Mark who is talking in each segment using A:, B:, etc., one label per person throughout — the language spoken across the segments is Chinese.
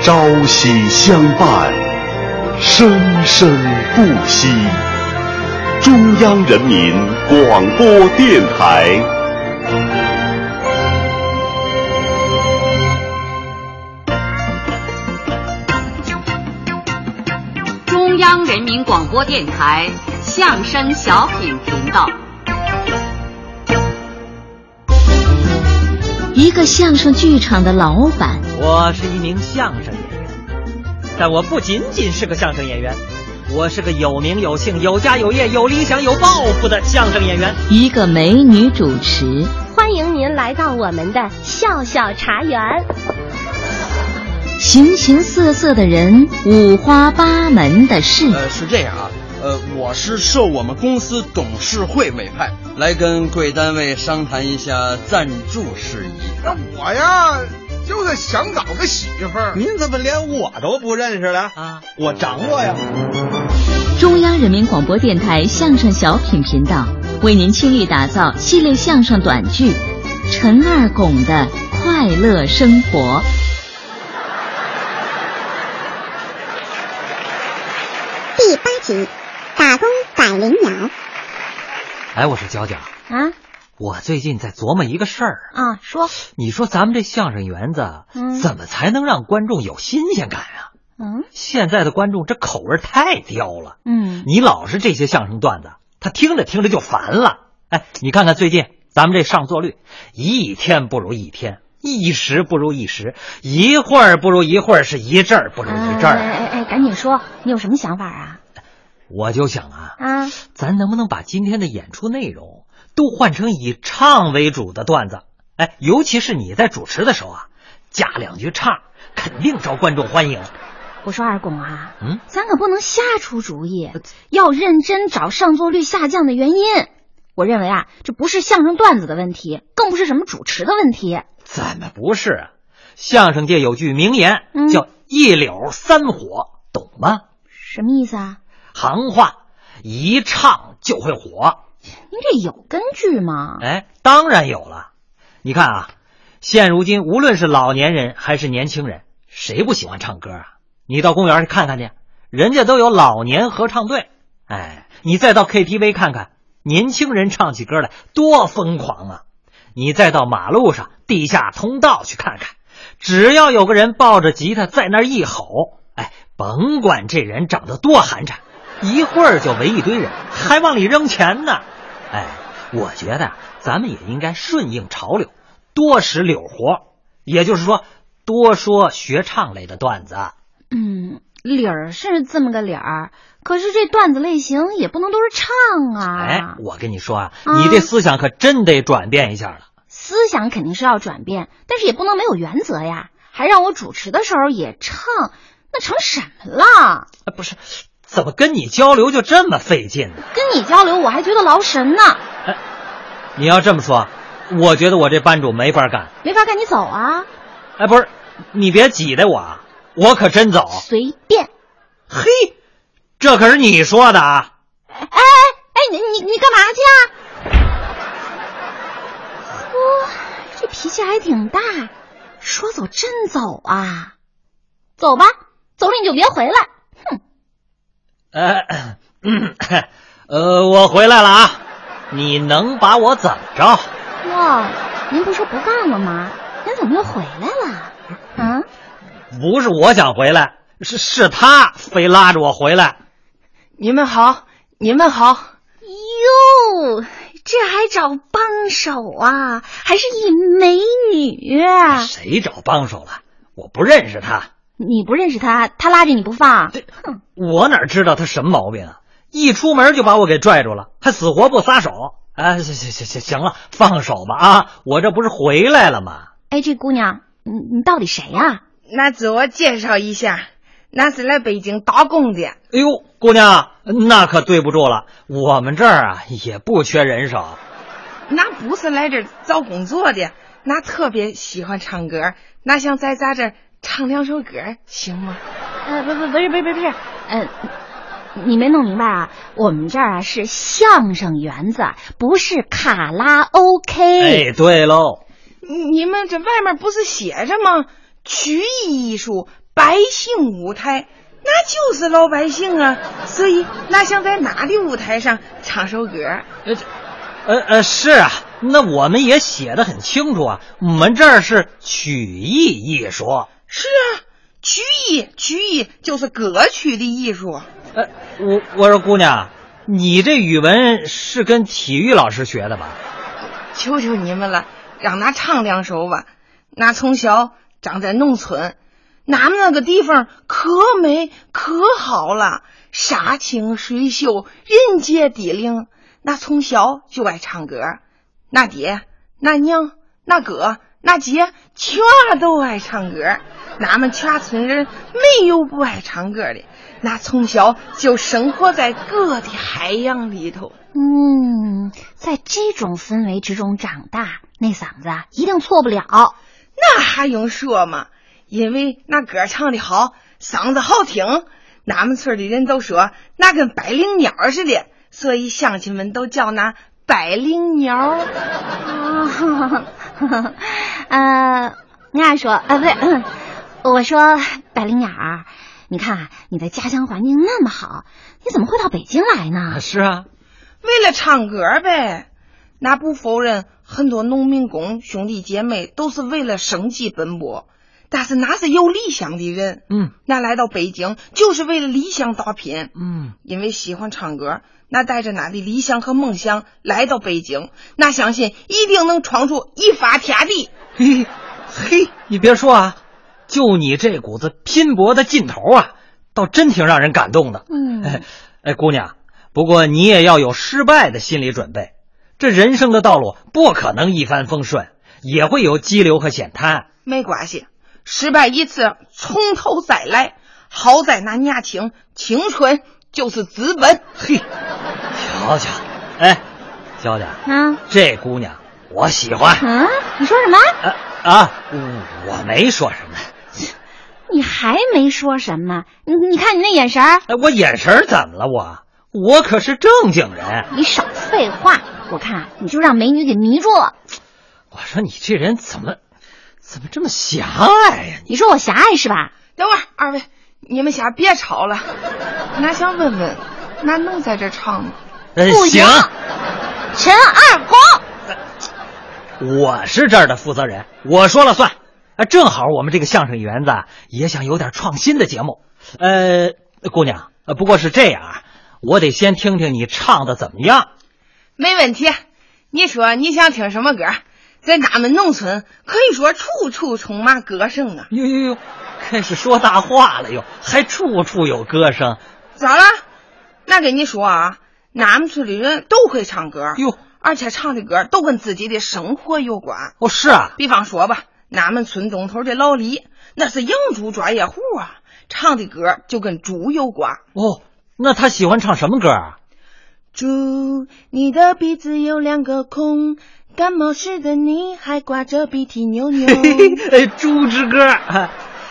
A: 朝夕相伴，生生不息。中央人民广播电台。
B: 中央人民广播电台相声小品频道。
C: 一个相声剧场的老板，
D: 我是一名相声演员，但我不仅仅是个相声演员，我是个有名有姓、有家有业、有理想、有抱负的相声演员。
C: 一个美女主持，
E: 欢迎您来到我们的笑笑茶园。
C: 形形色色的人，五花八门的事。
F: 呃，是这样啊，呃，我是受我们公司董事会委派，来跟贵单位商谈一下赞助事宜。
G: 那我呀，就是想找个媳妇儿。
H: 您怎么连我都不认识了
D: 啊？
H: 我掌握呀！
C: 中央人民广播电台相声小品频道为您倾力打造系列相声短剧《陈二拱的快乐生活》。
I: 第八集，打工百灵鸟。
D: 哎，我说娇娇，
E: 啊
D: 我最近在琢磨一个事儿，
E: 啊，说，
D: 你说咱们这相声园子
E: 嗯
D: 怎么才能让观众有新鲜感啊？
E: 嗯
D: 现在的观众这口味太刁了，
E: 嗯，
D: 你老是这些相声段子，他听着听着就烦了。哎，你看看最近咱们这上座率，一天不如一天，一时不如一时，一会儿不如一会儿，是一阵儿不如一阵
E: 哎
D: 儿。啊
E: 哎哎，赶紧说，你有什么想法啊？
D: 我就想啊，
E: 啊，
D: 咱能不能把今天的演出内容都换成以唱为主的段子？哎，尤其是你在主持的时候啊，加两句唱，肯定招观众欢迎。
E: 我说二拱啊，
D: 嗯，
E: 咱可不能瞎出主意，要认真找上座率下降的原因。我认为啊，这不是相声段子的问题，更不是什么主持的问题。
D: 怎么不是啊？相声界有句名言
E: 嗯
D: 叫“一柳三火”，懂吗？
E: 什么意思啊？
D: 行话，一唱就会火。
E: 您这有根据吗？
D: 哎，当然有了。你看啊，现如今无论是老年人还是年轻人，谁不喜欢唱歌啊？你到公园去看看去，人家都有老年合唱队。哎，你再到 KTV 看看，年轻人唱起歌来多疯狂啊！你再到马路上、地下通道去看看，只要有个人抱着吉他在那儿一吼，哎，甭管这人长得多寒碜，一会儿就围一堆人，还往里扔钱呢。哎，我觉得啊咱们也应该顺应潮流，多使柳活，也就是说，多说学唱类的段子。
E: 嗯，理儿是这么个理儿，可是这段子类型也不能都是唱啊。
D: 哎，我跟你说啊，
E: 啊
D: 你这思想可真得转变一下了。
E: 思想肯定是要转变，但是也不能没有原则呀。还让我主持的时候也唱，那成什么了？
D: 啊，不是，怎么跟你交流就这么费劲呢？
E: 跟你交流我还觉得劳神呢，
D: 你要这么说，我觉得我这班主没法干。
E: 没法赶你走啊。
D: 哎，不是，你别挤兑我，啊，我可真走。
E: 随便，
D: 嘿，这可是你说的啊！
E: 哎哎哎，你你你干嘛去啊？呵，这脾气还挺大，说走真走啊？走吧，走了你就别回来。
D: 呃，嗯呃，我回来了啊！你能把我怎么着？
E: 哇，哦您不是说不干了吗？您怎么又回来了？啊？
D: 不是我想回来，是是他非拉着我回来。
J: 你们好，你们好，
E: 哟，这还找帮手啊？还是一美女？
D: 谁找帮手了？我不认识他，
E: 你不认识他，他拉着你不放。
D: 我哪知道他什么毛病啊？一出门就把我给拽住了，还死活不撒手。啊，行行行行行了，放手吧啊！我这不是回来了吗？
E: 哎，这姑娘，你你到底谁啊呀、
J: 那自我介绍一下，那是来北京打工的。
D: 哎呦，姑娘，那可对不住了，我们这儿啊也不缺人手。
J: 那不是来这儿找工作的，那特别喜欢唱歌，那想在咱这儿唱两首歌，行吗？
E: 呃，不不不是不是不是不是，呃，你没弄明白啊？我们这儿啊是相声园子，不是卡拉 OK。
D: 哎，对喽，
J: 你们这外面不是写着吗？曲艺艺术、百姓舞台，那就是老百姓啊。所以，那想在哪里舞台上唱首歌？
D: 呃，呃呃，是啊，那我们也写的很清楚啊，我们这儿是曲艺艺术。
J: 是啊，曲艺，曲艺就是歌曲的艺术。
D: 呃，我我说姑娘，你这语文是跟体育老师学的吧？
J: 求求你们了，让俺唱两首吧。俺从小长在农村，俺们那个地方可美可好了，山清水秀，人杰地灵。那从小就爱唱歌，那爹、那娘、那哥、那姐 全都爱唱歌。俺们全村人没有不爱唱歌的。那从小就生活在歌的海洋里头。
E: 嗯，在这种氛围之中长大，那嗓子啊一定错不了。
J: 那还用说吗？因为那歌唱的好，嗓子好听，俺们村的人都说那跟百灵鸟似的，所以乡亲们都叫那百灵鸟。
E: 啊，呃，俺说啊，不是，我说百灵鸟。你看啊，你的家乡环境那么好，你怎么会到北京来呢？
D: 是啊，
J: 为了唱歌呗。那不否认，很多农民工兄弟姐妹都是为了生计奔波，但是那是有理想的人。
D: 嗯，
J: 那来到北京就是为了理想打拼。
D: 嗯，
J: 因为喜欢唱歌，那带着那的理想和梦想来到北京，那相信一定能闯出一番天地。
D: 嘿，嘿，你别说啊。就你这股子拼搏的劲头啊，倒真挺让人感动的。
E: 嗯，
D: 哎， 哎，姑娘，不过你也要有失败的心理准备。这人生的道路不可能一帆风顺，也会有激流和险滩。
J: 没关系，失败一次，从头再来。好在那年轻，青春就是资本。
D: 嘿，瞧瞧，哎，娇姐，
E: 啊，
D: 这姑娘我喜欢。
E: 啊，你说什么？
D: 啊啊，我没说什么。
E: 你还没说什么？你你看你那眼神儿，
D: 哎，我眼神儿怎么了？我我可是正经人。
E: 你少废话，我看啊你就让美女给迷住了。
D: 我说你这人怎么怎么这么狭隘呀、啊？
E: 你说我狭隘是吧？
J: 等会儿，二位，你们先别吵了。俺想问问，俺能在这唱吗？
D: 嗯、
E: 不行，陈二
D: 狗，呃我是这儿的负责人，我说了算。啊，正好我们这个相声园子也想有点创新的节目，呃，姑娘，不过是这样啊，我得先听听你唱的怎么样。
J: 没问题，你说你想听什么歌？在俺们农村可以说处处充满歌声啊！
D: 哟哟哟，开始说大话了哟，还处处有歌声。
J: 咋了？那跟你说啊，俺们村的人都会唱歌
D: 哟，
J: 而且唱的歌都跟自己的生活有关。
D: 哦，是啊，
J: 比方说吧。俺们村东头的老李，那是养猪专业户啊，唱的歌就跟猪有关。
D: 哦，那他喜欢唱什么歌啊？
J: 猪，你的鼻子有两个孔，感冒时的你还挂着鼻涕 扭扭。
D: 呃猪之歌，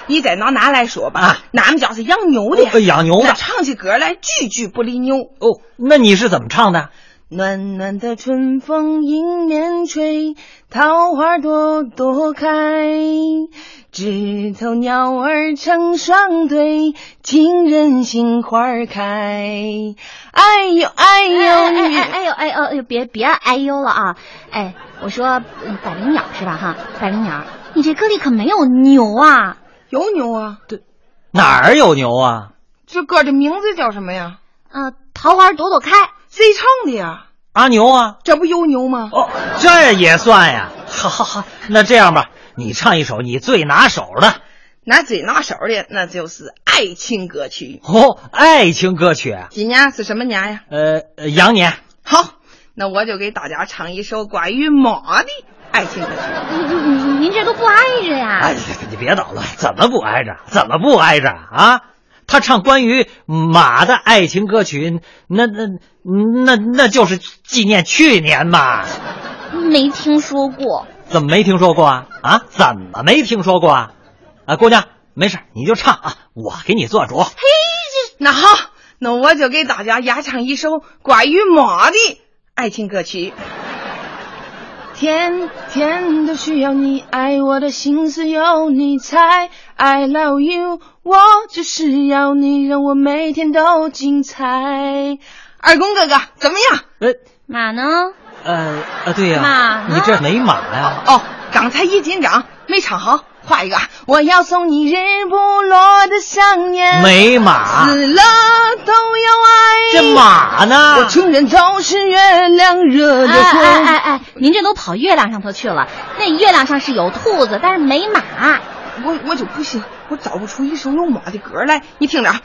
J: 你再拿拿来说吧，俺们家是养牛的，
D: 啊哦、养牛的
J: 唱起歌来句句不离牛。
D: 哦，那你是怎么唱的？
J: 暖暖的春风迎面吹，桃花朵朵开。枝头鸟儿成双对，情人心花儿开。哎呦哎呦
E: 哎哎哎呦哎呦哎呦！别别哎呦了啊！哎，我说百灵鸟是吧？哈，百灵鸟，你这歌里可没有牛啊？
J: 有牛啊？
D: 对，哪儿有牛啊？
J: 这歌的名字叫什么呀？
E: 啊，桃花朵朵开。
J: 谁唱的呀？
D: 阿牛啊，
J: 这不有牛吗？
D: 哦，这也算呀。好好好，那这样吧，你唱一首你最拿手的。
J: 那最拿手的那就是爱情歌曲。
D: 哦，爱情歌曲。啊
J: 今年是什么年呀？
D: 呃，羊年。
J: 好，那我就给大家唱一首关于马的爱情歌曲。
E: 您您这都不挨着呀？
D: 哎呀，你别捣乱，怎么不挨着？怎么不挨着啊？他唱关于马的爱情歌曲，那那那那就是纪念去年嘛。
E: 没听说过？
D: 怎么没听说过啊？啊，怎么没听说过啊？啊，姑娘，没事，你就唱啊，我给你做主。嘿，
J: 那好，那我就给大家演唱一首关于马的爱情歌曲。天天都需要你爱，我的心思有你猜。 I love you，我就是要你让我每天都精彩。二公哥哥怎么样？
D: 呃，
E: 马呢？
D: 呃啊，对呀、
E: 马呢
D: 你这没马呀、
J: 哦，刚才一紧张没唱好，画一个。我要送你日不落的想念，
D: 没马，
J: 死了都要爱。
D: 这马呢？
J: 我情人都是月亮惹的
E: 哎
J: 祸。
E: 哎哎哎，您这都跑月亮上头去了。那月亮上是有兔子，但是没马。
J: 我我就不信，我找不出一首有马的歌来。你听着，啊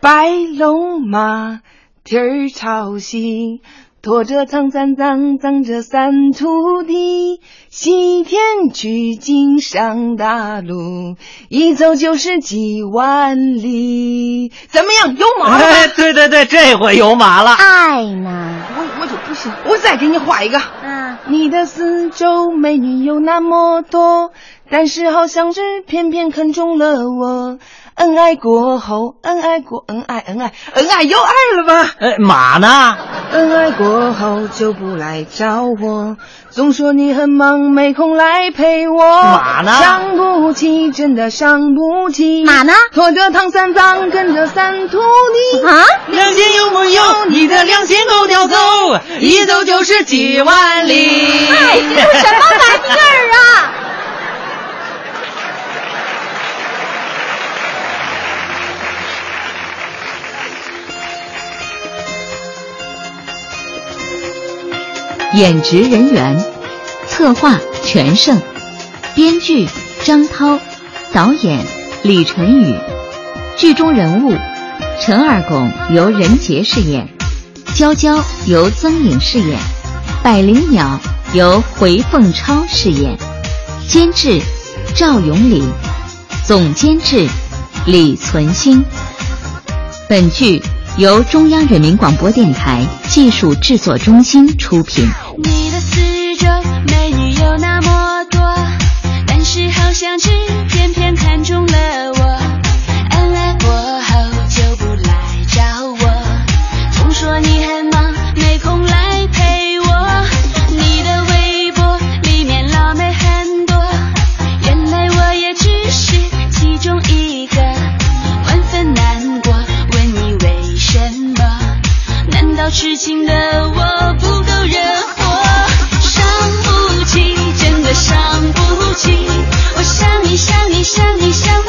J: 白龙马，蹄儿朝西，驮着苍山藏，藏着三徒弟，西天取经上大路，一走就是几万里。怎么样，有马了吧？啊
D: 哎，对对对，这回有马了。
E: 爱呢？
J: 我我就不信，我再给你画一个。
E: 啊，
J: 你的四周美女有那么多，但是好像只偏偏看中了我。恩爱过后，恩爱过，恩爱，恩爱，恩爱又爱了吧？
D: 呃，马呢？
J: 恩爱过后就不来找我，总说你很忙没空来陪我。
D: 马呢
J: 伤不起，真的伤不起。
E: 马呢？
J: 驮着唐三藏，跟着三徒弟。
E: 啊，
J: 良心有木有？你的良心够叼走，
D: 哎
J: 一走就是几万里。
E: 哎，这是什么玩意儿啊？
C: 演职人员，策划全胜，编剧张涛，导演李晨宇，剧中人物陈二拱由任杰饰演，娇娇由曾颖饰演，百灵鸟由回凤超饰演，监制赵永礼，总监制李存兴。本剧由中央人民广播电台技术制作中心出品。
K: 你的四周美女有那么多，但是好像只偏偏看中了我。嗯哎恩爱过后就不来找我，总说你很忙没空来陪我。你的微博里面辣妹很多，原来我也只是其中一个，万分难过，问你为什么？难道痴情的我不够惹火？伤不起，真的伤不起，我想你想你想你想